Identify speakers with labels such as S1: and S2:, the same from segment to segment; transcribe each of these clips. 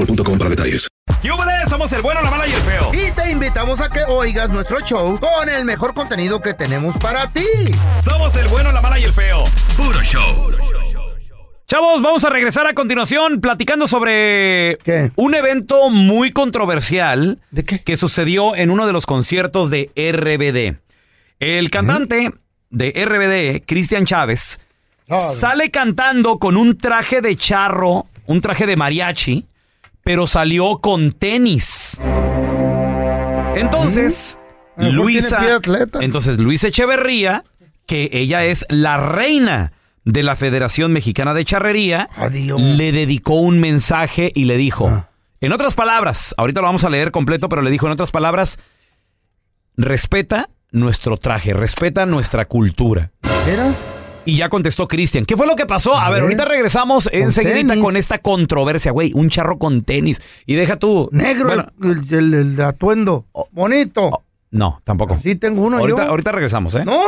S1: punto para detalles.
S2: ¡Yúbales! Somos el bueno, la mala y el feo.
S3: Y te invitamos a que oigas nuestro show con el mejor contenido que tenemos para ti.
S2: Somos el bueno, la mala y el feo.
S1: Puro show.
S2: Chavos, vamos a regresar a continuación platicando sobre un evento muy controversial que sucedió en uno de los conciertos de RBD. El cantante de RBD, Cristian Chávez, sale cantando con un traje de charro, un traje de mariachi, pero salió con tenis. Entonces,
S3: ¿Mm? A lo mejor
S2: Luisa.
S3: tiene pie de atleta.
S2: Entonces, Luisa Echeverría, que ella es la reina de la Federación Mexicana de Charrería, le dedicó un mensaje y le dijo,
S3: Ah.
S2: en otras palabras, ahorita lo vamos a leer completo, pero le dijo en otras palabras, respeta nuestro traje, respeta nuestra cultura. Y ya contestó Cristian. ¿Qué fue lo que pasó? A, ver,
S3: ver.
S2: ahorita regresamos
S3: Con
S2: enseguida
S3: tenis.
S2: con esta controversia, güey. Un charro con tenis. Y deja tú.
S3: Negro
S2: Bueno,
S3: el, el- el atuendo. Bonito.
S2: no, tampoco.
S3: Sí, tengo uno
S2: ahorita,
S3: yo.
S2: ahorita regresamos, ¿eh?
S3: ¿No?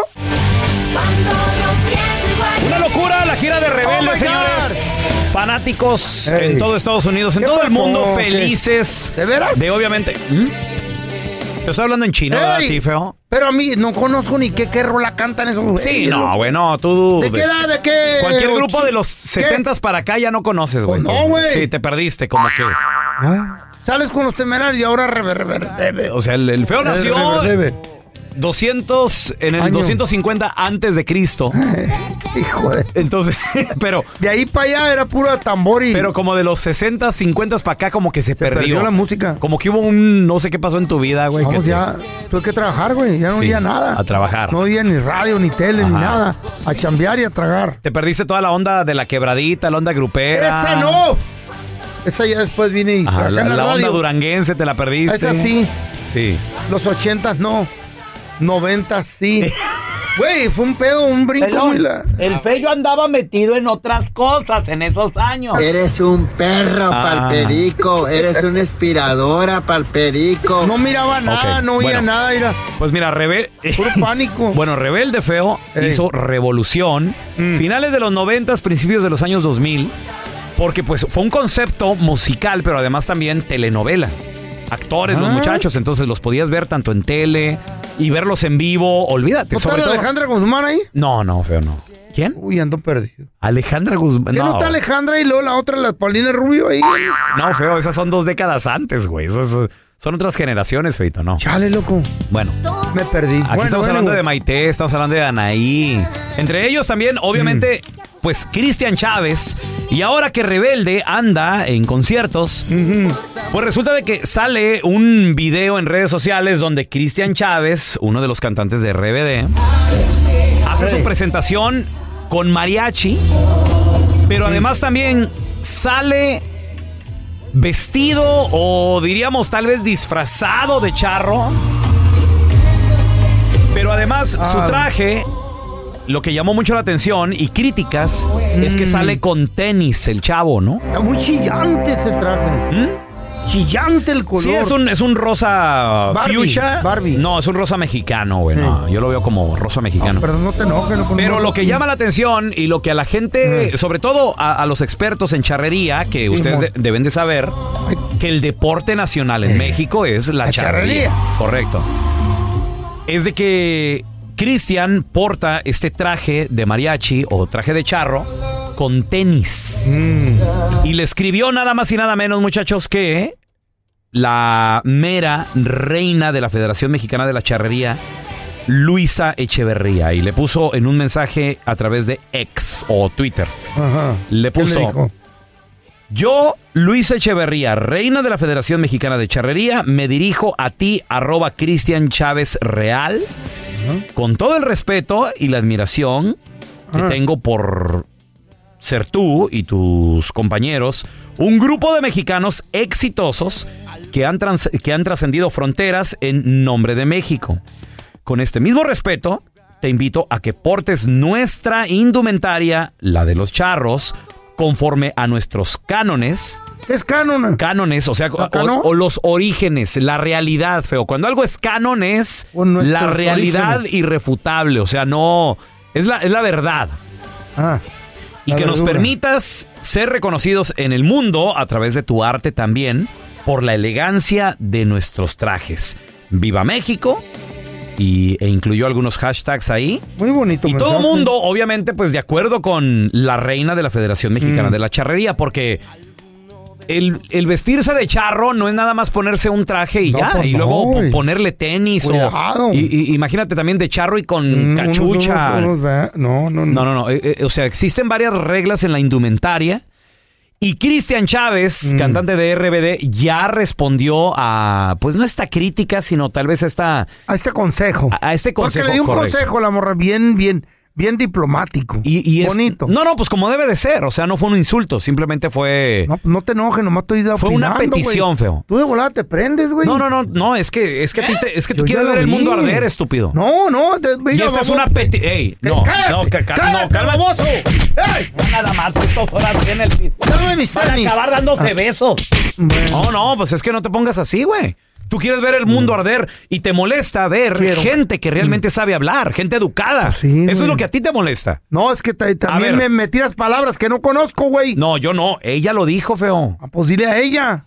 S2: Una locura la gira de
S3: Oh, my
S2: Rebelde,
S3: God.
S2: señores. Fanáticos
S3: Ey.
S2: en todo Estados Unidos, en
S3: ¿Qué
S2: todo el
S3: pasó?
S2: mundo,
S3: ¿Qué?
S2: felices.
S3: ¿De veras?
S2: De obviamente. ¿Mm? Te estoy hablando en chino, ¿verdad,
S3: Ey.
S2: ti, feo?
S3: Pero a mí no conozco ni qué, qué rola cantan esos güeyes.
S2: Sí, no, güey, no, tú.
S3: ¿De qué edad? ¿De qué?
S2: Cualquier grupo
S3: chi-
S2: de los
S3: ¿Qué?
S2: 70s para acá ya no conoces, güey.
S3: Pues no, güey.
S2: Sí, te perdiste, como que.
S3: Ah, Sales con los temerarios y ahora rever, rever, debe.
S2: O sea, el, el feo nació
S3: Rever, debe.
S2: 200, en el
S3: Año.
S2: 250 antes de Cristo.
S3: Hijo de...
S2: Entonces, pero,
S3: De ahí para allá era puro tambor y...
S2: pero como de los 60, 50 para acá como que se,
S3: se perdió. la música.
S2: Como que hubo un no sé qué pasó en tu vida, güey. que
S3: Vamos
S2: te-
S3: ya, tuve que trabajar, güey. Ya no
S2: Sí,
S3: oía nada.
S2: a trabajar.
S3: No oía ni radio, ni tele, ni
S2: Ajá.
S3: nada. A chambear y a tragar.
S2: Te perdiste toda la onda de la quebradita, la onda grupera.
S3: ¡Esa no! Esa ya después vine y.
S2: Ajá,
S3: acá
S2: la,
S3: en
S2: la onda
S3: radio.
S2: duranguense te la perdiste.
S3: Esa sí.
S2: Sí.
S3: Los ochentas no. Noventas sí. Güey, fue un pedo, un brinco. muy la-
S2: el Feyo andaba metido en otras cosas en esos años.
S4: Eres un perro,
S2: Ah.
S4: palperico. Eres una inspiradora, palperico.
S3: No miraba nada,
S2: Ok,
S3: no oía
S2: bueno.
S3: nada. Era
S2: Pues mira, Rebel.
S3: puro pánico.
S2: Bueno, Rebelde Feo
S3: Ey.
S2: hizo revolución.
S3: Mm.
S2: Finales de los 90, principios de los años 2000. Porque pues fue un concepto musical, pero además también telenovela. Actores, los
S3: Ah.
S2: muchachos, entonces los podías ver tanto en tele y verlos en vivo. Olvídate,
S3: ¿No está
S2: sobre
S3: la
S2: todo.
S3: Alejandra Guzmán ahí?
S2: No, no, feo, no. ¿Quién?
S3: Uy, ando perdido.
S2: Alejandra Guzmán.
S3: ¿Qué no,
S2: No,
S3: está Alejandra y luego la otra, la Paulina Rubio ahí?
S2: no, feo, esas son dos décadas antes, güey. Esas eh, son otras generaciones, feito, no.
S3: Chale, loco.
S2: Bueno.
S3: Me perdí.
S2: Aquí
S3: Bueno, bueno,
S2: estamos hablando
S3: güey.
S2: de Maite, estamos hablando de Anaí. Entre ellos también, obviamente,
S3: Mm.
S2: pues Cristian Chávez. Y ahora que Rebelde anda en conciertos, pues resulta de que sale un video en redes sociales donde Cristian Chávez, uno de los cantantes de RBD, hace su presentación con mariachi, pero además también sale vestido o diríamos tal vez disfrazado de charro. Pero además su
S3: Ah.
S2: traje, lo que llamó mucho la atención y críticas,
S3: Mm.
S2: es que sale con tenis el chavo, ¿no?
S3: Está muy chillante ese traje.
S2: ¿Mm?
S3: chillante el color.
S2: Sí, es un, es un rosa
S3: Barbie,
S2: fuchsia.
S3: Barbie.
S2: No, es un rosa mexicano, güey. no, yo lo veo como rosa mexicano.
S3: Perdón, no te enojes. no, con-
S2: Pero
S3: no-
S2: lo que llama la atención y lo que a la gente, sobre todo a, a los expertos en charrería, que ustedes de- deben de saber, que el deporte nacional en México es la,
S3: Eh, La charrería.
S2: charrería. Correcto. Es de que Cristian porta este traje de mariachi o traje de charro con tenis.
S3: Mm.
S2: Y le escribió nada más y nada menos, muchachos, que la mera reina de la Federación Mexicana de la Charrería, Luisa Echeverría. Y le puso en un mensaje a través de X o Twitter.
S3: Ajá.
S2: Le
S3: ¿Qué le
S2: puso...
S3: dijo?
S2: Yo, Luisa Echeverría, reina de la Federación Mexicana de Charrería, me dirijo a ti, arroba Cristian Chávez Real, con todo el respeto y la admiración que tengo por ser tú y tus compañeros, un grupo de mexicanos exitosos que han, trans- que han trascendido fronteras en nombre de México. Con este mismo respeto, te invito a que portes nuestra indumentaria, la de los charros, conforme a nuestros cánones.
S3: Es canon.
S2: Cánones, o sea, o,
S3: cano?
S2: o los orígenes, la realidad, feo. Cuando algo es canon es
S3: O nuestros
S2: la realidad
S3: orígenes.
S2: irrefutable, o sea, no, es la, es la verdad.
S3: Ah,
S2: Y
S3: la
S2: que nos
S3: verdura.
S2: permitas ser reconocidos en el mundo a través de tu arte también por la elegancia de nuestros trajes. Viva México. Y, e incluyó algunos hashtags ahí.
S3: muy bonito.
S2: Y todo
S3: mensaje.
S2: el mundo, obviamente, pues de acuerdo con la reina de la Federación Mexicana
S3: Mm.
S2: de la Charrería, porque el, el vestirse de charro no es nada más ponerse un traje y
S3: No,
S2: ya,
S3: pues
S2: y
S3: no,
S2: luego po-
S3: güey.
S2: ponerle tenis
S3: Cuidado.
S2: o... y- y- imagínate también de charro y con
S3: Mm,
S2: cachucha.
S3: unos- unos- No, no,
S2: No,
S3: no.
S2: no, no. eh, eh, o sea, existen varias reglas en la indumentaria. Y Cristian
S3: Mm.
S2: Chávez, cantante de RBD, ya respondió a, pues no esta crítica, sino tal vez a esta...
S3: A este consejo.
S2: A- a este consejo,
S3: Porque le di un
S2: correcto.
S3: consejo a la morra bien, bien, bien diplomático.
S2: Y, y es,
S3: bonito.
S2: No, no, pues como debe de ser. O sea, no fue un insulto, simplemente fue...
S3: No, no te enojes, nomás estoy opinando,
S2: Fue una
S3: güey.
S2: petición, feo.
S3: Tú de volada te prendes, güey.
S2: No, no, no, no, es que, es que, a ti te- es que tú
S3: Yo
S2: quieres
S3: ya lo
S2: ver el mundo
S3: vi.
S2: arder, estúpido.
S3: No, no. te-
S2: y
S3: mira,
S2: esta es
S3: baboso.
S2: una petición... Ey,
S3: Que-
S2: no,
S3: cállate,
S2: no, ca- ca-
S3: cállate,
S2: no, calma.
S3: baboso. ¡Ey!
S2: Nada más, puto, ahora tiene el...
S3: Dame mis
S2: Van a
S3: tenis.
S2: acabar dándote
S3: Ah,
S2: besos.
S3: bueno.
S2: No, no, pues es que no te pongas así, güey. Tú quieres ver el mundo arder y te molesta ver
S3: Mm. Quiero. Mm.
S2: gente que realmente sabe hablar, gente educada.
S3: sí,
S2: Eso es
S3: güey.
S2: lo que a ti te molesta.
S3: No, es que ta- también me,
S2: ver.
S3: me tiras palabras que no conozco, güey.
S2: No, yo no. Ella lo dijo, feo.
S3: Ah, pues dile a ella.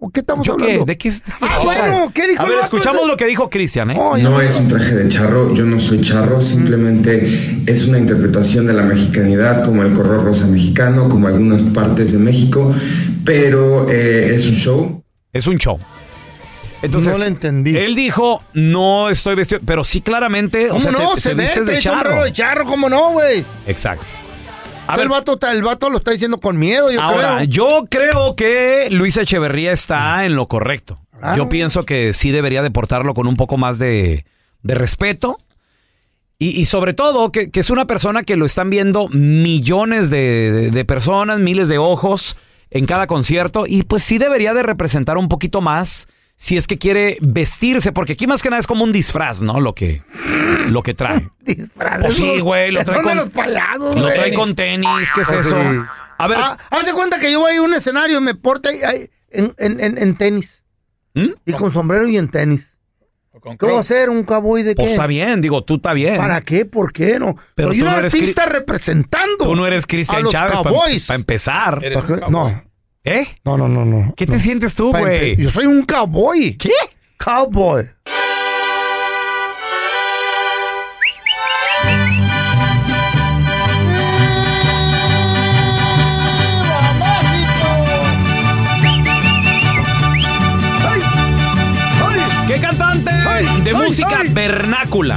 S3: ¿O qué estamos
S2: ¿Yo qué?
S3: hablando?
S2: ¿De qué? es- de qué
S3: Ah,
S2: se trata?
S3: bueno, ¿qué dijo
S2: A
S3: el
S2: ver,
S3: vato
S2: escuchamos
S3: ese?
S2: lo que dijo Cristian, ¿eh?
S3: Oh, ya
S5: No
S3: ves.
S5: es un traje de charro, yo no soy charro, simplemente es una interpretación de la mexicanidad, como el color rosa mexicano, como algunas partes de México, pero eh, es un show.
S2: Es un show. Entonces,
S3: No la entendí.
S2: Él dijo, no estoy vestido, pero sí claramente, o
S3: ¿Cómo
S2: sea,
S3: no?
S2: te,
S3: se
S2: te
S3: ve,
S2: vistes de
S3: trae sombrero
S2: charro.
S3: de charro, ¿cómo no, güey?
S2: Exacto. A
S3: El
S2: ver,
S3: vato, está- el vato lo está diciendo con miedo, yo
S2: Ahora,
S3: creo. Mm.
S2: yo creo que Luisa Echeverría está en lo correcto.
S3: Claro.
S2: Yo pienso que sí debería de portarlo con un poco más de, de respeto. Y, y sobre todo, que, que es una persona que lo están viendo millones de, de- de personas, miles de ojos en cada concierto. Y pues sí debería de representar un poquito más si es que quiere vestirse. Porque aquí más que nada es como un disfraz, ¿no? Lo que, lo que trae.
S3: Disfraces,
S2: Pues sí,
S3: los-
S2: güey, lo
S3: son
S2: trae
S3: de
S2: con-
S3: los payasos,
S2: Lo
S3: güey.
S2: trae con tenis, ¿qué es
S3: Pues
S2: eso?
S3: sí.
S2: A ver,
S3: Ah, haz de cuenta que yo voy a un escenario y me porte ahí- ahí en, en- en- en tenis.
S2: ¿Mm?
S3: Y con sombrero y en tenis. ¿Qué voy a hacer? ¿Un cowboy de qué?
S2: pues está bien, digo, tú está bien.
S3: ¿Para qué? ¿Por qué no?
S2: Pero
S3: Soy
S2: tú
S3: un
S2: no eres cri-
S3: artista representando.
S2: Tú no eres
S3: a
S2: Cristian
S3: los
S2: Chávez para
S3: cowboys.
S2: empezar.
S3: ¿Para qué? No,
S2: ¿Eh?
S3: no, no, no. no.
S2: ¿Qué te
S3: No.
S2: sientes tú,
S3: Pa' empe-
S2: güey?
S3: Yo soy un cowboy.
S2: ¿Qué?
S3: Cowboy.
S2: ¿Qué cantante de
S3: ay,
S2: música
S3: ay!
S2: vernácula?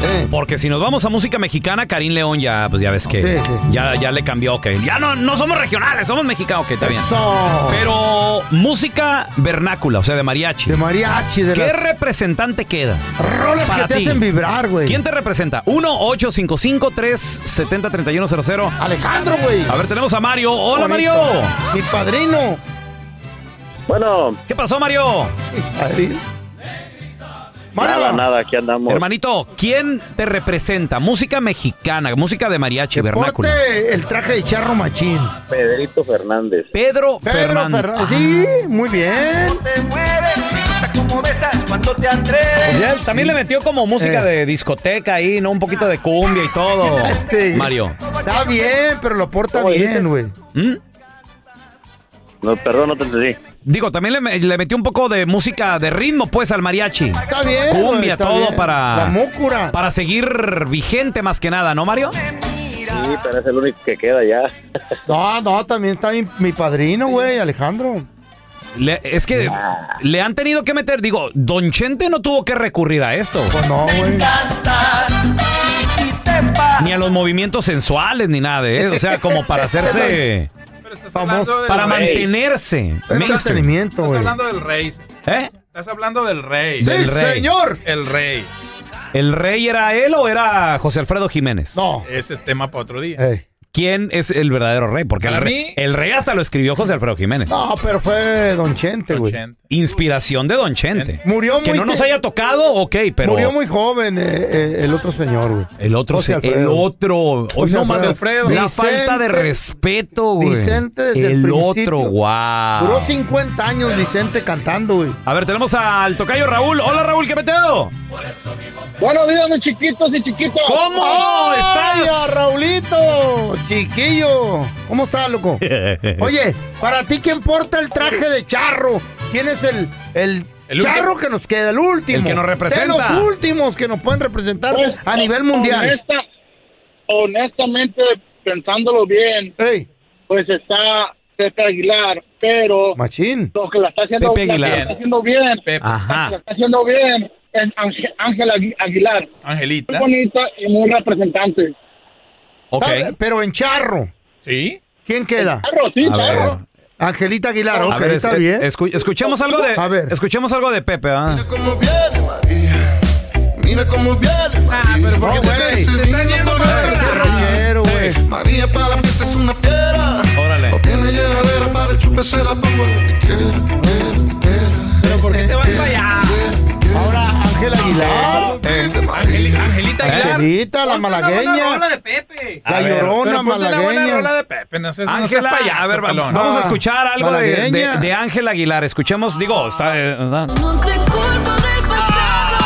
S3: Eh,
S2: Porque si nos vamos a música mexicana, Karim León ya, pues ya ves que
S3: Sí, sí.
S2: ya, ya le cambió, que ya no, no somos regionales, somos mexicanos, que está bien.
S3: eso.
S2: Pero música vernácula, o sea, de mariachi.
S3: De mariachi, de
S2: ¿Qué
S3: las
S2: representante queda?
S3: rolas que
S2: para
S3: te
S2: ti?
S3: hacen vibrar, güey.
S2: ¿Quién te representa? 1-855-370-3100.
S3: Alejandro, güey.
S2: A ver, tenemos a Mario. Hola,
S3: Bonito.
S2: Mario.
S3: Mi padrino.
S6: Bueno,
S2: ¿Qué pasó, Mario?
S3: Mi padrino.
S6: Nada, nada, aquí andamos.
S2: Hermanito, ¿quién te representa? Música mexicana, música de mariachi, vernáculo.
S3: Ponte el traje de charro machín.
S6: Pedrito Fernández.
S2: Pedro,
S3: Pedro
S2: Fernández.
S3: Fernández. Sí, muy bien.
S2: Pues ya él también le metió como música de discoteca ahí, ¿no? Un poquito de cumbia y todo.
S6: Este.
S3: Sí.
S2: Mario.
S3: Está bien, pero lo porta
S6: ¿Cómo
S3: bien,
S6: dijiste?
S3: güey.
S2: ¿Mm?
S6: No, perdón, no te entendí.
S2: Digo, también le, me- le metió un poco de música de ritmo, pues, al mariachi.
S3: Está bien. güey,
S2: Cumbia,
S3: está
S2: todo
S3: bien.
S2: para.
S3: La múcura.
S2: Para seguir vigente más que nada, ¿no, Mario?
S6: Sí, pero es el único que queda ya.
S3: No, no, también está mi, mi padrino, güey, Alejandro.
S2: Le- es que le han tenido que meter. Digo, Don Chente no tuvo que recurrir a esto.
S3: Pues no, güey.
S2: Ni a los movimientos sensuales, ni nada de eso. O sea, como para hacerse.
S3: Famoso.
S2: Para mantenerse. mainstream.
S3: Entretenimiento, güey.
S7: del rey.
S2: ¿Eh?
S7: Estás hablando del rey.
S3: Sí,
S2: del rey.
S3: señor.
S7: El rey.
S2: ¿El rey era él o era José Alfredo Jiménez?
S3: No.
S7: Ese es tema para otro día.
S3: Ey.
S2: ¿Quién es el verdadero rey? Porque el
S7: Para
S2: rey,
S7: mí-
S2: el rey hasta lo escribió José Alfredo Jiménez.
S3: No, pero fue Don Chente, güey.
S7: Ochenta.
S2: Inspiración de Don Chente.
S3: Murió
S2: Que
S3: muy
S2: no nos
S3: te-
S2: haya tocado, ok, pero
S3: Murió muy joven eh, eh, el otro señor, güey.
S2: el otro,
S3: José
S2: se- el
S3: Alfredo.
S2: otro, hoy
S3: José
S2: no más
S3: Alfredo.
S2: la
S3: Vicente-
S2: falta de respeto, güey.
S3: Vicente desde el principio.
S2: otro, wow.
S3: Duró 50 años Vicente cantando, güey.
S2: A ver, tenemos al tocayo Raúl. Hola Raúl, ¿qué peteo?
S8: Buenos días, mis chiquitos y chiquitos.
S2: ¿Cómo
S3: ¡Ay, a
S2: estás?
S3: Raulito! Chiquillo. ¿Cómo estás, loco? Oye, para ti, ¿quién porta el traje de charro? ¿Quién es el, el,
S7: El
S3: charro que nos queda? El último.
S2: El que nos representa.
S3: De los últimos que nos pueden representar
S8: Pues,
S3: a nivel mundial.
S8: honesta- honestamente, pensándolo bien,
S3: ¡Ey!
S8: pues está Pepe Aguilar, pero
S3: Machín.
S8: lo que la está haciendo,
S2: Pepe
S8: la que la
S2: Aguilar.
S8: está haciendo bien,
S7: Pepe.
S8: la que la
S2: Ajá.
S8: está haciendo bien es Ángel- Ángela Agui- Aguilar. Muy
S7: Angelita.
S8: bonita y muy representante.
S2: Ok.
S3: Tal- Ah, Pero en charro.
S7: Sí.
S3: ¿Quién queda?
S8: Claro, sí,
S2: A
S8: claro.
S2: ver.
S3: Angelita Aguilar,
S2: A
S3: ok,
S2: ver,
S3: está
S2: es-
S3: bien.
S2: escu- escuchemos algo de
S3: A ver.
S2: escuchemos algo de Pepe, ¿ah?
S9: Mira cómo viene María.
S3: No, güey. Qué roñero, güey.
S9: María para la fiesta es una fiera.
S2: Órale.
S9: No tiene llenadera para el chupe, se la pongo lo que quiera.
S3: Ahora, Ángela Aguilar.
S7: Angelita Aguilar.
S3: Angelita, la malagueña.
S7: de Pepe.
S3: La
S2: ver,
S3: llorona
S7: rola
S3: malagueña.
S7: de Pepe. No sé, no seas
S2: Ángela,
S7: payaso,
S2: a ver, va-
S7: pelón.
S2: vamos a
S3: Ah,
S2: escuchar algo de- de-
S3: malagueña.
S2: de Ángela Aguilar. Escuchemos, digo, está. eh, está-
S10: No te culpo del pasado.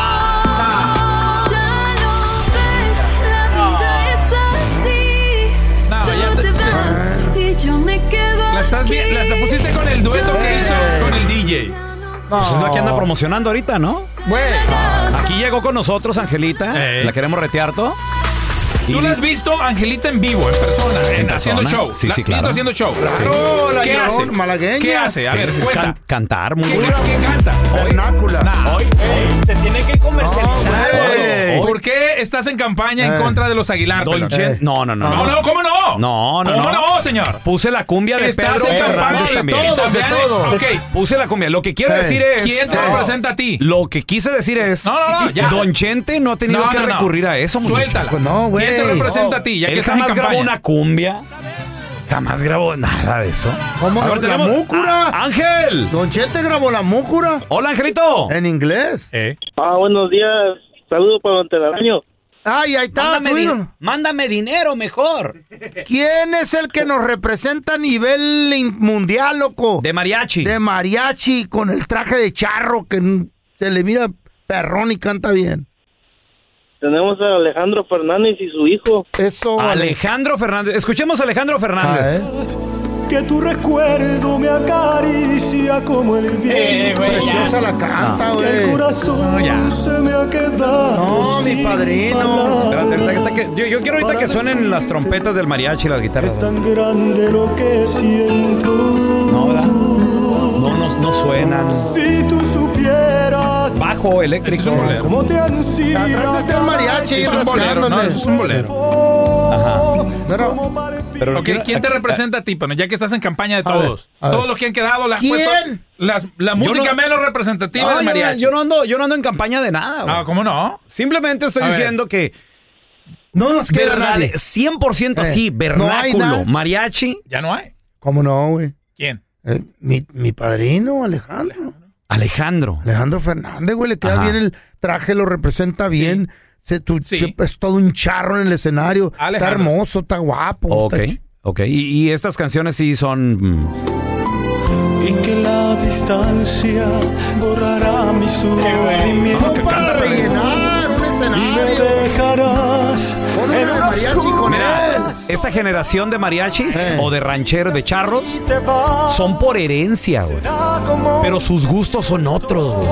S10: Ya lo ves, la vida es así.
S7: No, ya
S10: Tú
S7: te-
S10: te vas y yo me quedo.
S7: La estás bien, la, la pusiste con el dueto que hizo con el DJ.
S2: pues es la que anda promocionando ahorita, ¿no?
S7: Güey,
S2: Aquí llegó con nosotros Angelita.
S7: Ey.
S2: La queremos retear todo.
S7: Eh. tú la has visto Angelita en vivo, en persona, en-
S2: persona.
S7: haciendo show.
S2: Sí,
S7: La-
S2: sí,
S7: viendo
S2: claro.
S7: haciendo show.
S3: Claro, la
S7: ¿Qué
S3: llorona
S7: hace?
S3: malagueña.
S7: ¿Qué hace? A ver,
S2: Sí,
S7: cuenta.
S2: can- cantar muy
S7: ¿Qué,
S2: bueno.
S7: qué canta?
S3: Vernácula.
S7: Nah, hoy-
S8: Se tiene que
S3: comercializar. Ey.
S7: ¿Por qué estás en campaña en
S3: Ey.
S7: contra de los Aguilar?
S2: Don
S7: pelón?
S2: Chen- No, no, no.
S7: No,
S2: no.
S7: no, ¿cómo no?
S2: No, no,
S7: ¿Cómo
S2: no.
S7: no, señor?
S2: Puse la cumbia de
S7: Estás
S2: Pedro
S7: en
S2: Fernández
S7: campaña y
S2: también.
S3: todo. todos, de
S7: también-
S3: todos.
S7: Ok,
S2: Puse la cumbia. Lo que quiero
S3: Ey.
S2: decir es.
S7: ¿quién te
S2: No.
S7: representa a ti?
S2: Lo que quise decir es.
S7: No, no, no, ya.
S2: Don Chente no ha tenido
S7: No,
S2: que
S7: no, no.
S2: recurrir a eso, muchachos. Oh.
S7: Suéltala.
S3: Pues no, güey.
S7: ¿Quién te representa a ti? Ya que
S2: Él
S7: estás en
S2: jamás grabó
S7: campaña.
S2: una cumbia. Jamás grabó nada de eso.
S3: ¿Cómo no? La
S2: tenemos-
S3: múcura.
S2: Ah, ¡Ángel!
S3: Don Chete grabó la múcura
S2: ¡Hola, Angelito!
S3: en inglés.
S7: Eh,
S6: Ah, buenos días. Saludos para Don Telaraño.
S3: Ay, ahí está.
S2: di-
S3: subieron.
S2: mándame dinero mejor.
S3: ¿Quién es el que nos representa a nivel in- mundial, loco?
S2: De mariachi.
S3: De mariachi con el traje de charro que n- se le mira perrón y canta bien.
S6: Tenemos a Alejandro Fernández y su hijo.
S3: Eso, vale.
S2: Alejandro Fernández. Escuchemos a Alejandro
S3: Ah,
S2: Fernández.
S3: ¿eh?
S9: Que tu recuerdo me acaricia como el
S7: eh, güey, ya.
S3: Preciosa la canta, güey.
S9: corazón se me ha quedado.
S3: No, mi padrino.
S2: Espérate, espérate que- yo, yo quiero ahorita que suenen las trompetas del mariachi y las guitarras.
S9: tan grande lo que siento.
S2: No, ¿verdad? No, no, no suenan.
S9: Si tú supieras
S2: Bajo eléctrico.
S9: cómo te ansía.
S3: Atrás está el mariachi ahí
S7: es un bolero, no,
S3: rascándole.
S7: es un bolero.
S3: Pero,
S2: Pero
S7: Ok, ¿quién te representa a ti, Pano? Ya que estás en campaña de
S3: A ver,
S7: todos.
S3: a ver.
S7: Todos los que han quedado, las
S3: ¿Quién?
S7: puestas- las- la música
S2: no-
S7: menos representativa del
S2: No, yo, no,
S7: mariachi.
S2: yo no ando, yo no ando en campaña de nada. güey.
S7: Ah, ¿cómo no?
S2: Simplemente estoy
S7: A ver.
S2: diciendo que
S3: no nos queda
S2: verdad-
S3: nadie.
S2: 100%
S3: Eh,
S2: así,
S3: no hay
S2: vernáculo,
S3: nada.
S2: mariachi.
S7: Ya no hay.
S3: ¿Cómo no, güey?
S7: ¿Quién?
S3: Eh, mi, mi padrino, Alejandro.
S2: Alejandro.
S3: Alejandro Fernández, güey, le queda
S2: Ajá.
S3: bien el traje, lo representa bien. Se- tú- se- es todo un charro en el escenario. Está
S2: Alejandro.
S3: hermoso, está guapo.
S2: Ok,
S3: está ch-
S2: ok. Y, y estas canciones sí son... mm,
S9: Y que la distancia borrará mi sufrimiento.
S3: Para rellenar un
S9: Y
S3: escenario.
S9: me dejarás
S3: Pon una
S9: en
S3: de
S9: la
S3: mariachi con
S9: oscura.
S3: él.
S2: Esta generación de mariachis o de rancheros, de charros, son por herencia, güey. Pero sus gustos son otros, güey.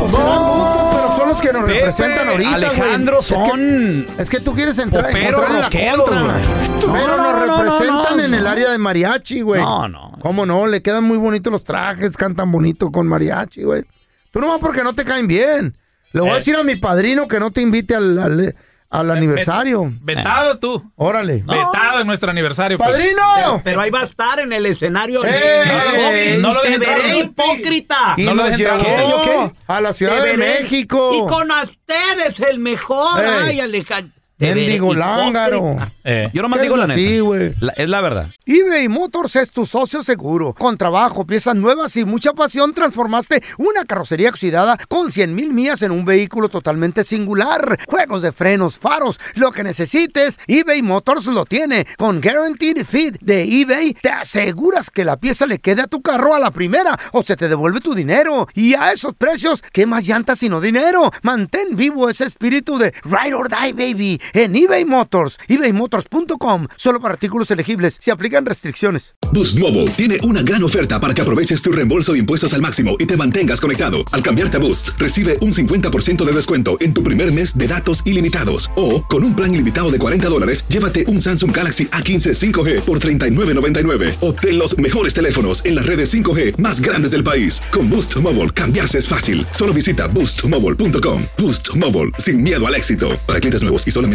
S3: O sea, dan gusto, pero son los que nos
S2: Pepe,
S3: representan ahorita, güey.
S2: Alejandro,
S3: Es que-
S2: son-
S3: Es que, tú quieres entrar
S2: Popero,
S3: encontrar en la
S2: rockero,
S3: contra,
S2: güey.
S3: Pero
S2: no, no,
S3: nos
S2: no,
S3: representan
S2: no, no.
S3: en el área de mariachi, güey.
S2: No, no.
S3: ¿Cómo no? Le quedan muy bonitos los trajes, cantan bonito con mariachi, güey. Tú nomás porque no te caen bien. Le voy a
S7: Eh.
S3: decir a mi padrino que no te invite al, al, al aniversario.
S7: Vetado tú.
S3: Órale.
S7: Vetado en nuestro aniversario. pues.
S3: ¡Padrino!
S11: Pero ahí va a estar en el escenario.
S3: ¡Ey!
S7: No lo
S11: te
S7: dejen
S11: veré
S7: entrar.
S11: hipócrita.
S3: Eh. Y
S7: No lo
S3: nos
S7: dejen
S3: llevó
S7: entrar. ¿Qué? ¿Yo qué?
S3: a la Ciudad
S11: Te
S3: de
S11: veré.
S3: México.
S11: Y con a ustedes el mejor.
S3: Ey.
S11: Ay, Alejandro. Te veré
S3: Mendigo
S11: hipócrita.
S3: lángaro.
S7: Eh.
S2: Yo nomás digo la neta.
S3: Sí, güey.
S2: La- es la verdad.
S3: eBay Motors es tu socio seguro. Con trabajo, piezas nuevas y mucha pasión, transformaste una carrocería oxidada con 100.000 mil millas en un vehículo totalmente singular. Juegos de frenos, faros, lo que necesites, eBay Motors lo tiene. Con Guaranteed Fit de eBay, te aseguras que la pieza le quede a tu carro a la primera o se te devuelve tu dinero. Y a esos precios, ¿qué más llantas sino dinero? Mantén vivo ese espíritu de Ride or Die, baby, en eBay Motors. ebaymotors.com. Solo para artículos elegibles. Se aplican restricciones.
S1: Boost Mobile tiene una gran oferta para que aproveches tu reembolso de impuestos al máximo y te mantengas conectado. Al cambiarte a Boost, recibe un 50% de descuento en tu primer mes de datos ilimitados. O, con un plan ilimitado de 40 dólares, llévate un Samsung Galaxy A15 5G por $39.99. Obtén los mejores teléfonos en las redes 5G más grandes del país. Con Boost Mobile, cambiarse es fácil. Solo visita boostmobile.com. Boost Mobile, sin miedo al éxito. Para clientes nuevos y solamente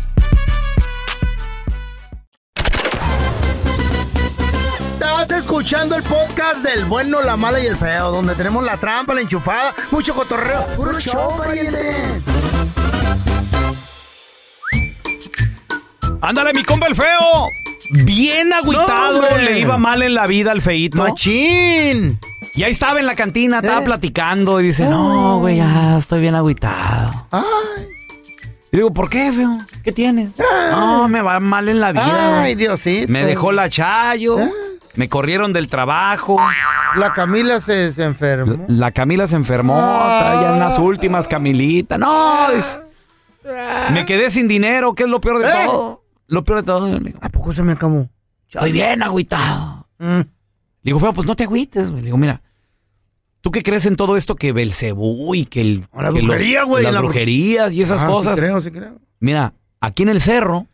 S3: Estás escuchando el podcast del bueno, la mala y el feo, donde tenemos la trampa, la enchufada, mucho cotorreo. ¡Puro show, pariente!
S2: Ándale, mi compa el feo. Bien agüitado,
S3: No, hombre.
S2: le iba mal en la vida al feíto.
S3: ¡Machín!
S2: Y ahí estaba en la cantina,
S3: Eh.
S2: estaba platicando y dice, no, güey, ya estoy bien agüitado. Y digo, ¿por qué, feo? ¿Qué tienes? No, me va mal en la vida.
S3: ¡Ay,
S2: güey.
S3: Diosito! Ah.
S2: Me dejó la chayo, me corrieron del trabajo,
S3: La Camila se, se enfermó.
S2: la Camila se enfermó,
S3: Ah.
S2: está ya en las últimas, Camilita. No, es- me quedé sin dinero, que es lo peor de
S3: Ah. Eh.
S2: todo. Lo peor de todo, amigo.
S3: ¿A poco se me acabó? Mm.
S2: Estoy bien agüitado. Le digo, feo, pues no te agüites, güey. Le digo, mira, ¿tú qué crees en todo esto que Belcebú y que el.
S3: A la
S2: que los-
S3: brujería, güey.
S2: Las
S3: la bru-
S2: brujerías y esas
S3: Ah, sí
S2: cosas.
S3: creo, sí creo.
S2: Mira, aquí en el cerro.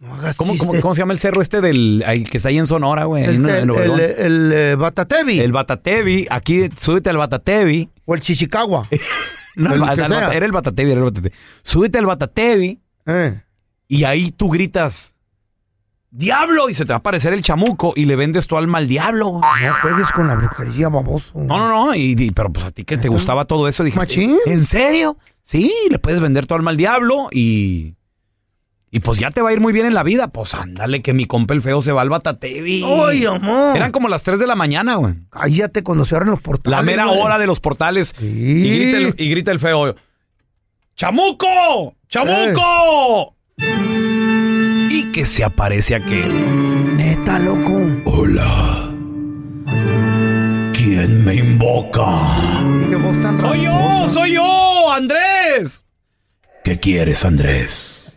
S3: No hagas
S2: ¿Cómo, cómo-
S3: chiste.
S2: cómo se llama el cerro este del el que está ahí en Sonora, güey? ahí en-
S3: El,
S2: en
S3: Este, el,
S2: Obregón?
S3: el, el, eh, Batatevi.
S2: El Batatevi, aquí súbete al Batatevi.
S3: o el Chichicagua.
S2: No,
S3: El
S2: el
S3: que
S2: Bata-
S3: sea.
S2: era el Batatevi, era el Batatevi. Súbete al Batatevi
S3: Eh.
S2: y ahí tú gritas, ¡Diablo! Y se te va a aparecer el chamuco y le vendes tu alma al diablo. güey.
S3: No juegues con la brujería, baboso.
S2: No, no, no. Y, y- pero pues a ti que te gustaba todo eso, dijiste.
S3: Machín.
S2: ¿En serio? Sí, le puedes vender tu alma al diablo y. Y pues ya te va a ir muy bien en la vida. Pues ándale, que mi compa el feo se va al Batatevi.
S3: ¡Ay, amor!
S2: Eran como las 3 de la mañana, güey.
S3: Cállate cuando se abren los portales.
S2: La mera
S3: güey.
S2: hora de los portales.
S3: Sí.
S2: Y, grita el, y grita el feo. ¡Chamuco! ¡Chamuco!
S3: Eh.
S2: Y que se aparece aquel.
S3: Neta, loco.
S2: Hola. ¿Quién me invoca?
S3: Qué voz tan
S2: ¡Soy
S3: rasposa.
S2: yo! ¡Soy yo! ¡Andrés! ¿Qué quieres, Andrés?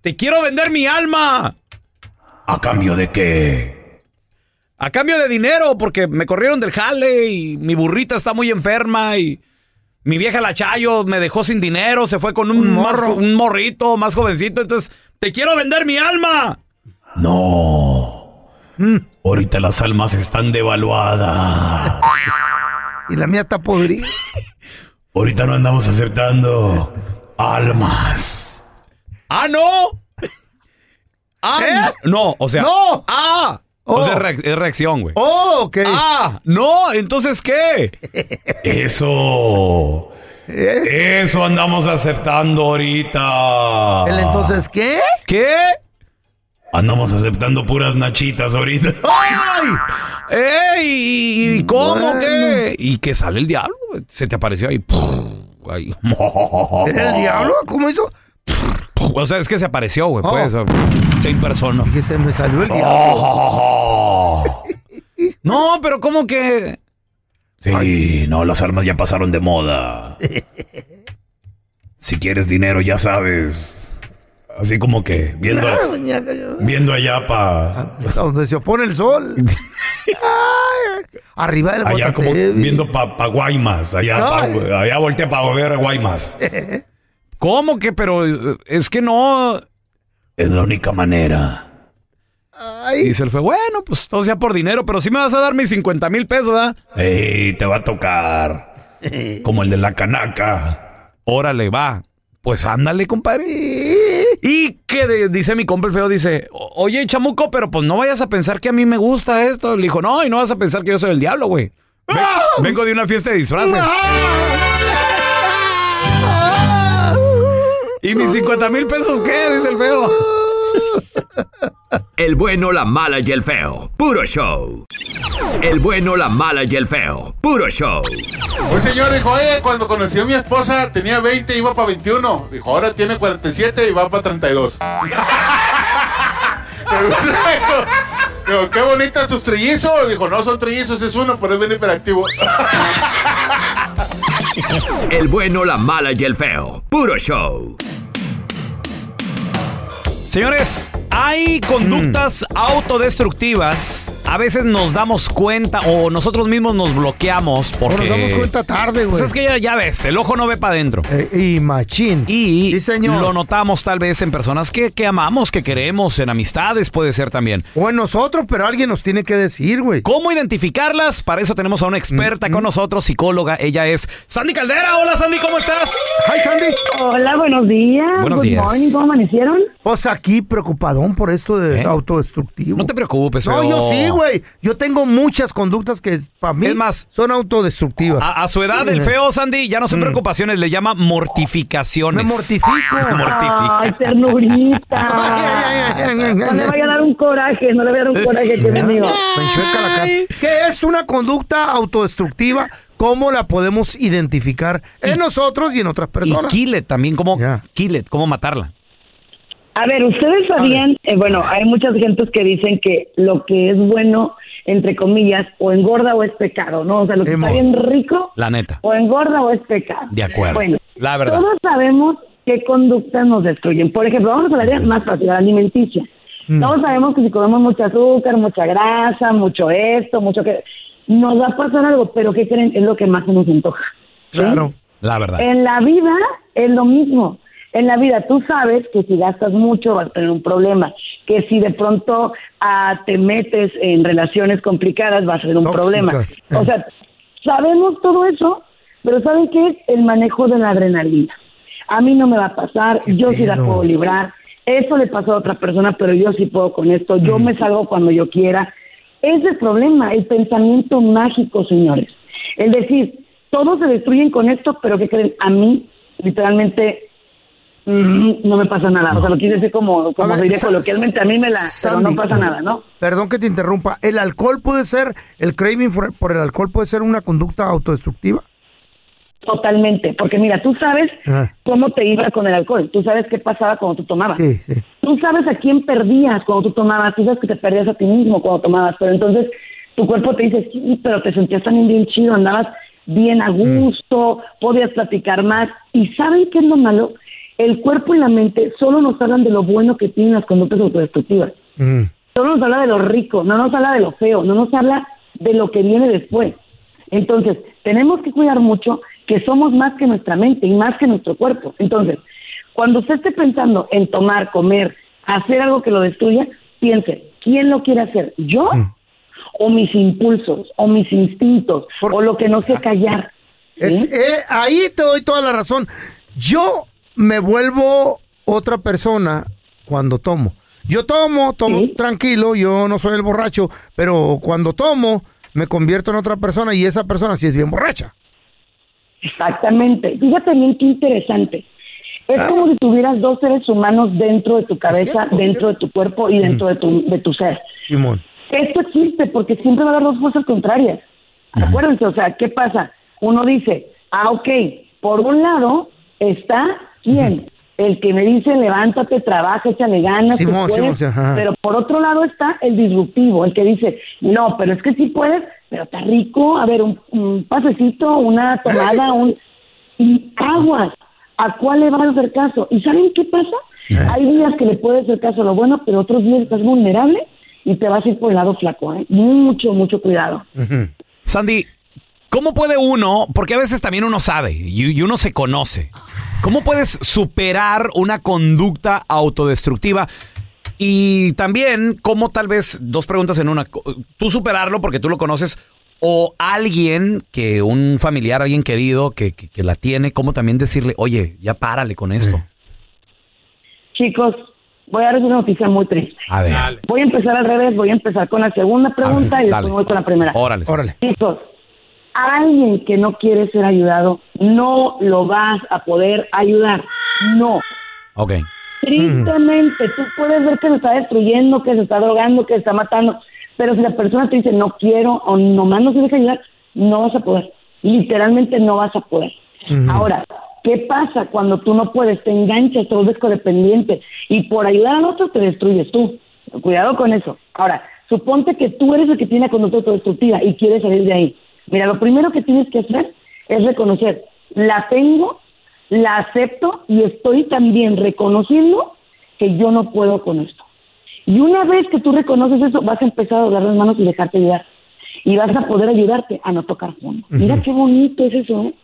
S2: ¡Te quiero vender mi alma! ¿A cambio de qué? A cambio de dinero, porque me corrieron del jale y mi burrita está muy enferma y mi vieja la chayo me dejó sin dinero, se fue con un, más
S3: morro.
S2: jo- un morrito más jovencito, entonces te quiero vender mi alma. Mm. No. Ahorita las almas están devaluadas.
S3: Y la mía está podrida.
S2: Ahorita no andamos aceptando almas. ¡Ah, no! ¡Ah! No, o sea.
S3: ¿Eh? ¡No!
S2: ¡Ah! O sea, es reac- es reacción, güey.
S3: Oh, ok.
S2: Ah, no, entonces ¿qué? Eso. Eso andamos aceptando ahorita.
S3: ¿Eh? El entonces, ¿qué?
S2: ¿Qué? Andamos aceptando puras nachitas ahorita.
S3: ¡Ay!
S2: ¡Ey! ¿Y cómo qué? Y que sale el diablo. güey. Se te apareció ahí. Ahí.
S3: ¿El
S2: Oh.
S3: diablo? ¿Cómo hizo?
S2: O sea, es que se apareció, güey. Pues, se impersonó.
S3: Que se me salió el diablo.
S2: No, pero ¿cómo que? Sí, no, las armas ya pasaron de moda. Si quieres dinero, ya sabes. Así como que viendo,
S3: Ah, muñeca, yo-
S2: viendo allá pa.
S3: Está Donde se opone el sol. Ay, arriba del
S2: Allá como viendo pa, pa Guaymas. Allá, pa-
S3: Ay.
S2: allá volteé para ver a Guaymas.
S3: Guatemala.
S2: ¿Cómo que? Pero eh, es que no. Es la única manera.
S3: Ay.
S2: Y se le fue, bueno, pues todo sea por dinero, pero sí me vas a dar mis 50 mil pesos, ¿verdad? Ey, te va a tocar. Como el de la canaca. Órale, va. Pues ándale, compadre. Y que de- dice mi compa el feo, dice, "O- oye, chamuco, pero pues no vayas a pensar que a mí me gusta esto. Le dijo, no, y no vas a pensar que yo soy el diablo, güey. Ve-
S3: ¡Ah!
S2: Vengo de una fiesta de disfraces. ¿Y mis 50 mil pesos qué? Dice el feo.
S12: El bueno, la mala y el feo. Puro show. El bueno, la mala y el feo. Puro show.
S13: Un señor dijo, eh, cuando conocí a mi esposa tenía 20 y iba para 21. Dijo, ahora tiene 47 y va para 32. Digo, qué bonitas tus trillizos. Dijo, no son trillizos, es uno, pero es bien hiperactivo.
S12: El bueno, la mala y el feo. Puro show.
S2: Señores, hay conductas
S3: Mm.
S2: autodestructivas. A veces nos damos cuenta o nosotros mismos nos bloqueamos
S3: nos
S2: porque...
S3: damos cuenta tarde, güey. Eh,
S2: Pues es que ya, ya ves, el ojo no ve para adentro.
S3: y machín.
S2: Y
S3: señor.
S2: lo notamos tal vez en personas que, que amamos, que queremos, en amistades puede ser también.
S3: O en nosotros, pero alguien nos tiene que decir, güey.
S2: ¿Cómo identificarlas? Para eso tenemos a una
S3: Mm,
S2: experta con nosotros, psicóloga. Ella es Sandy Caldera. Hola Sandy, ¿cómo estás?
S3: Hi, Sandy.
S14: Hola, buenos días.
S2: Buenos
S14: Good
S2: días.
S14: morning, ¿Cómo amanecieron?
S3: Pues aquí preocupadón por esto de autodestructivo. ¿Eh? No te
S2: preocupes,
S3: No,
S2: pero-
S3: yo sí, güey. Yo tengo muchas conductas que para mí son autodestructivas.
S2: A, a su edad,
S3: Sí,
S2: el
S3: güey. Mm.
S2: feo Sandy ya no son preocupaciones, le llama mortificaciones.
S3: Me mortifico.
S2: Mortifica.
S14: Ay, ternurita. No le vaya a dar un coraje, no le vaya a dar un coraje que es mío.
S3: Me enchueca la cara. ¿Qué es una conducta autodestructiva? ¿Cómo la podemos identificar en nosotros y en otras personas?
S2: Y Killet también, ¿cómo, Killet, ¿cómo matarla?
S14: A ver, ustedes sabían, eh, bueno, hay muchas gentes que dicen que lo que es bueno, entre comillas, o engorda o es pecado, ¿no? O sea, lo que está bien rico,
S2: La neta.
S14: o engorda o es pecado.
S2: De acuerdo.
S14: Bueno,
S2: La verdad.
S14: Todos sabemos qué conductas nos destruyen. Por ejemplo, vamos a hablar de más fácil, la alimenticia.
S2: Mm.
S14: Todos sabemos que si comemos mucho azúcar, mucha grasa, mucho esto, mucho que... Nos va a pasar algo, pero ¿qué creen? Es lo que más se nos antoja.
S2: Claro. La verdad.
S14: En la vida es lo mismo. En la vida tú sabes que si gastas mucho vas a tener un problema, que si de pronto ah, te metes en relaciones complicadas vas a tener un problema. O sea, sabemos todo eso, pero ¿saben qué es? El manejo de la adrenalina. A mí no me va a pasar, yo sí la
S15: pedo?
S14: puedo librar. Eso le pasó a otra persona, pero yo sí puedo con esto. Yo me salgo cuando yo quiera. Ese Es el problema, el pensamiento mágico, señores. Es decir, todos se destruyen con esto, pero ¿qué creen? A mí, literalmente, mm, no me pasa nada. O sea, lo quise decir como, como
S3: A ver,
S14: se diría
S3: Sa-
S14: coloquialmente, a mí me la... Pero no
S3: Sandy,
S14: pasa nada, ¿no?
S3: Perdón que te interrumpa. ¿El alcohol puede ser, el craving for- por el alcohol puede ser una conducta autodestructiva?
S14: Totalmente, porque mira, tú sabes
S3: Ah.
S14: cómo te iba con el alcohol, tú sabes qué pasaba cuando tú tomabas,
S3: Sí, sí.
S14: tú sabes a quién perdías cuando tú tomabas, tú sabes que te perdías a ti mismo cuando tomabas, pero entonces tu cuerpo te dice, sí, pero te sentías también bien chido, andabas bien a gusto, podías platicar más, y ¿saben qué es lo malo? El cuerpo y la mente solo nos hablan de lo bueno que tienen las conductas autodestructivas solo nos habla de lo rico, no nos habla de lo feo, no nos habla de lo que viene después. Entonces, tenemos que cuidar mucho que somos más que nuestra mente y más que nuestro cuerpo. Entonces, cuando usted esté pensando en tomar, comer, hacer algo que lo destruya, piense, ¿quién lo quiere hacer? ¿Yo?
S3: Mm.
S14: ¿O mis impulsos? ¿O mis instintos? ¿O lo que no sé callar?
S3: Ah. Es- eh, ahí te doy toda la razón. Yo me vuelvo otra persona cuando tomo. Yo tomo, tomo tranquilo, yo no soy el borracho, pero cuando tomo me convierto en otra persona y esa persona sí es bien borracha.
S14: Exactamente. Fíjate bien qué interesante. Es
S3: Ah.
S14: como si tuvieras dos seres humanos dentro de tu cabeza,
S3: cierto, Mm.
S14: dentro de tu cuerpo y dentro de, tu, de tu ser.
S3: Simón.
S14: Esto existe porque siempre va a haber dos fuerzas contrarias. Acuérdense, o sea, ¿qué pasa? Uno dice, ah, ok, por un lado está quién? El que me dice, levántate, trabaja, échale ganas, tú
S3: Simón,
S14: puedes.
S3: Simón, sí, ajá.
S14: pero por otro lado está el disruptivo, el que dice, no, pero es que sí puedes, pero está rico, a ver, un, un pasecito, una tomada, un... Y aguas, ¿a cuál le vas a hacer caso? ¿Y saben qué pasa? Hay días que le puedes hacer caso a lo bueno, pero otros días estás vulnerable y te vas a ir por el lado flaco, ¿eh? Mucho, mucho cuidado.
S2: Sandy, ¿cómo puede uno, porque a veces también uno sabe y, y uno se conoce, ¿cómo puedes superar una conducta autodestructiva? Y también, ¿cómo tal vez, dos preguntas en una, tú superarlo porque tú lo conoces o alguien que, un familiar, alguien querido que, que- que la tiene, ¿cómo también decirle, oye, ya párale con esto?
S14: Chicos, voy a darles una noticia muy triste.
S2: A ver.
S14: Voy a empezar al revés, voy a empezar con la segunda pregunta y después
S2: dale.
S14: voy con la primera.
S2: Órale, sí. Órale.
S14: Chicos, alguien que no quiere ser ayudado, no lo vas a poder ayudar. No.
S2: Ok.
S14: Tristemente, tú puedes ver que se está destruyendo, que se está drogando, que se está matando, pero si la persona te dice no quiero o nomás no se deja ayudar, no vas a poder. Literalmente no vas a poder.
S10: Ujú.
S14: Ahora, ¿qué pasa cuando tú no puedes? Te enganchas, te vuelves codependiente y por ayudar a otros te destruyes tú. Cuidado con eso. Ahora, suponte que tú eres el que tiene la conducta autodestructiva y quieres salir de ahí. Mira, lo primero que tienes que hacer es reconocer, la tengo, la acepto y estoy también reconociendo que yo no puedo con esto. Y una vez que tú reconoces eso, vas a empezar a doblar las manos y dejarte ayudar. Y vas a poder ayudarte a no tocar fondo. Mira qué bonito es eso, ¿eh?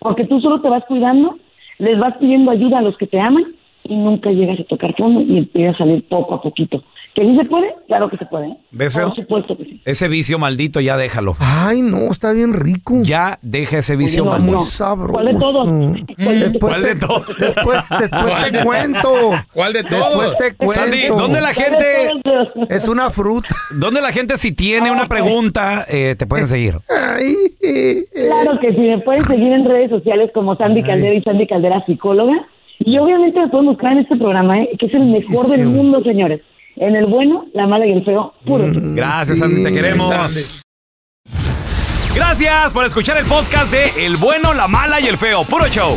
S14: Porque tú solo te vas cuidando, les vas pidiendo ayuda a los que te aman y nunca llegas a tocar fondo y empiezas a salir poco a poquito. ¿Que sí se puede? Claro que se puede. ¿eh?
S2: ¿Ves, feo?
S14: Por supuesto que sí.
S2: Ese vicio maldito, ya déjalo.
S3: Ay, no, está bien rico.
S2: Ya deja ese vicio
S3: Oye, no,
S2: maldito.
S3: no. Sabroso. Mm. ¿Cuál de todos?
S2: ¿Cuál de todos?
S3: Después Pues te cuento.
S2: Ah, ¿Cuál de todos?
S3: Después te cuento.
S2: Sandy, ¿dónde la gente,
S3: Es una fruta.
S2: dónde la gente si tiene una pregunta, eh, te pueden seguir?
S14: Claro que sí, me pueden seguir en redes sociales como Sandy Caldera y Sandy Caldera Psicóloga. Y obviamente me pueden buscar en este programa, ¿eh? que es el mejor del mundo, señores. En el bueno, la mala y el feo, puro.
S2: Gracias, Sandy, te queremos.
S7: Sandy.
S2: Gracias por escuchar el podcast de El Bueno, la Mala y el Feo. Puro show.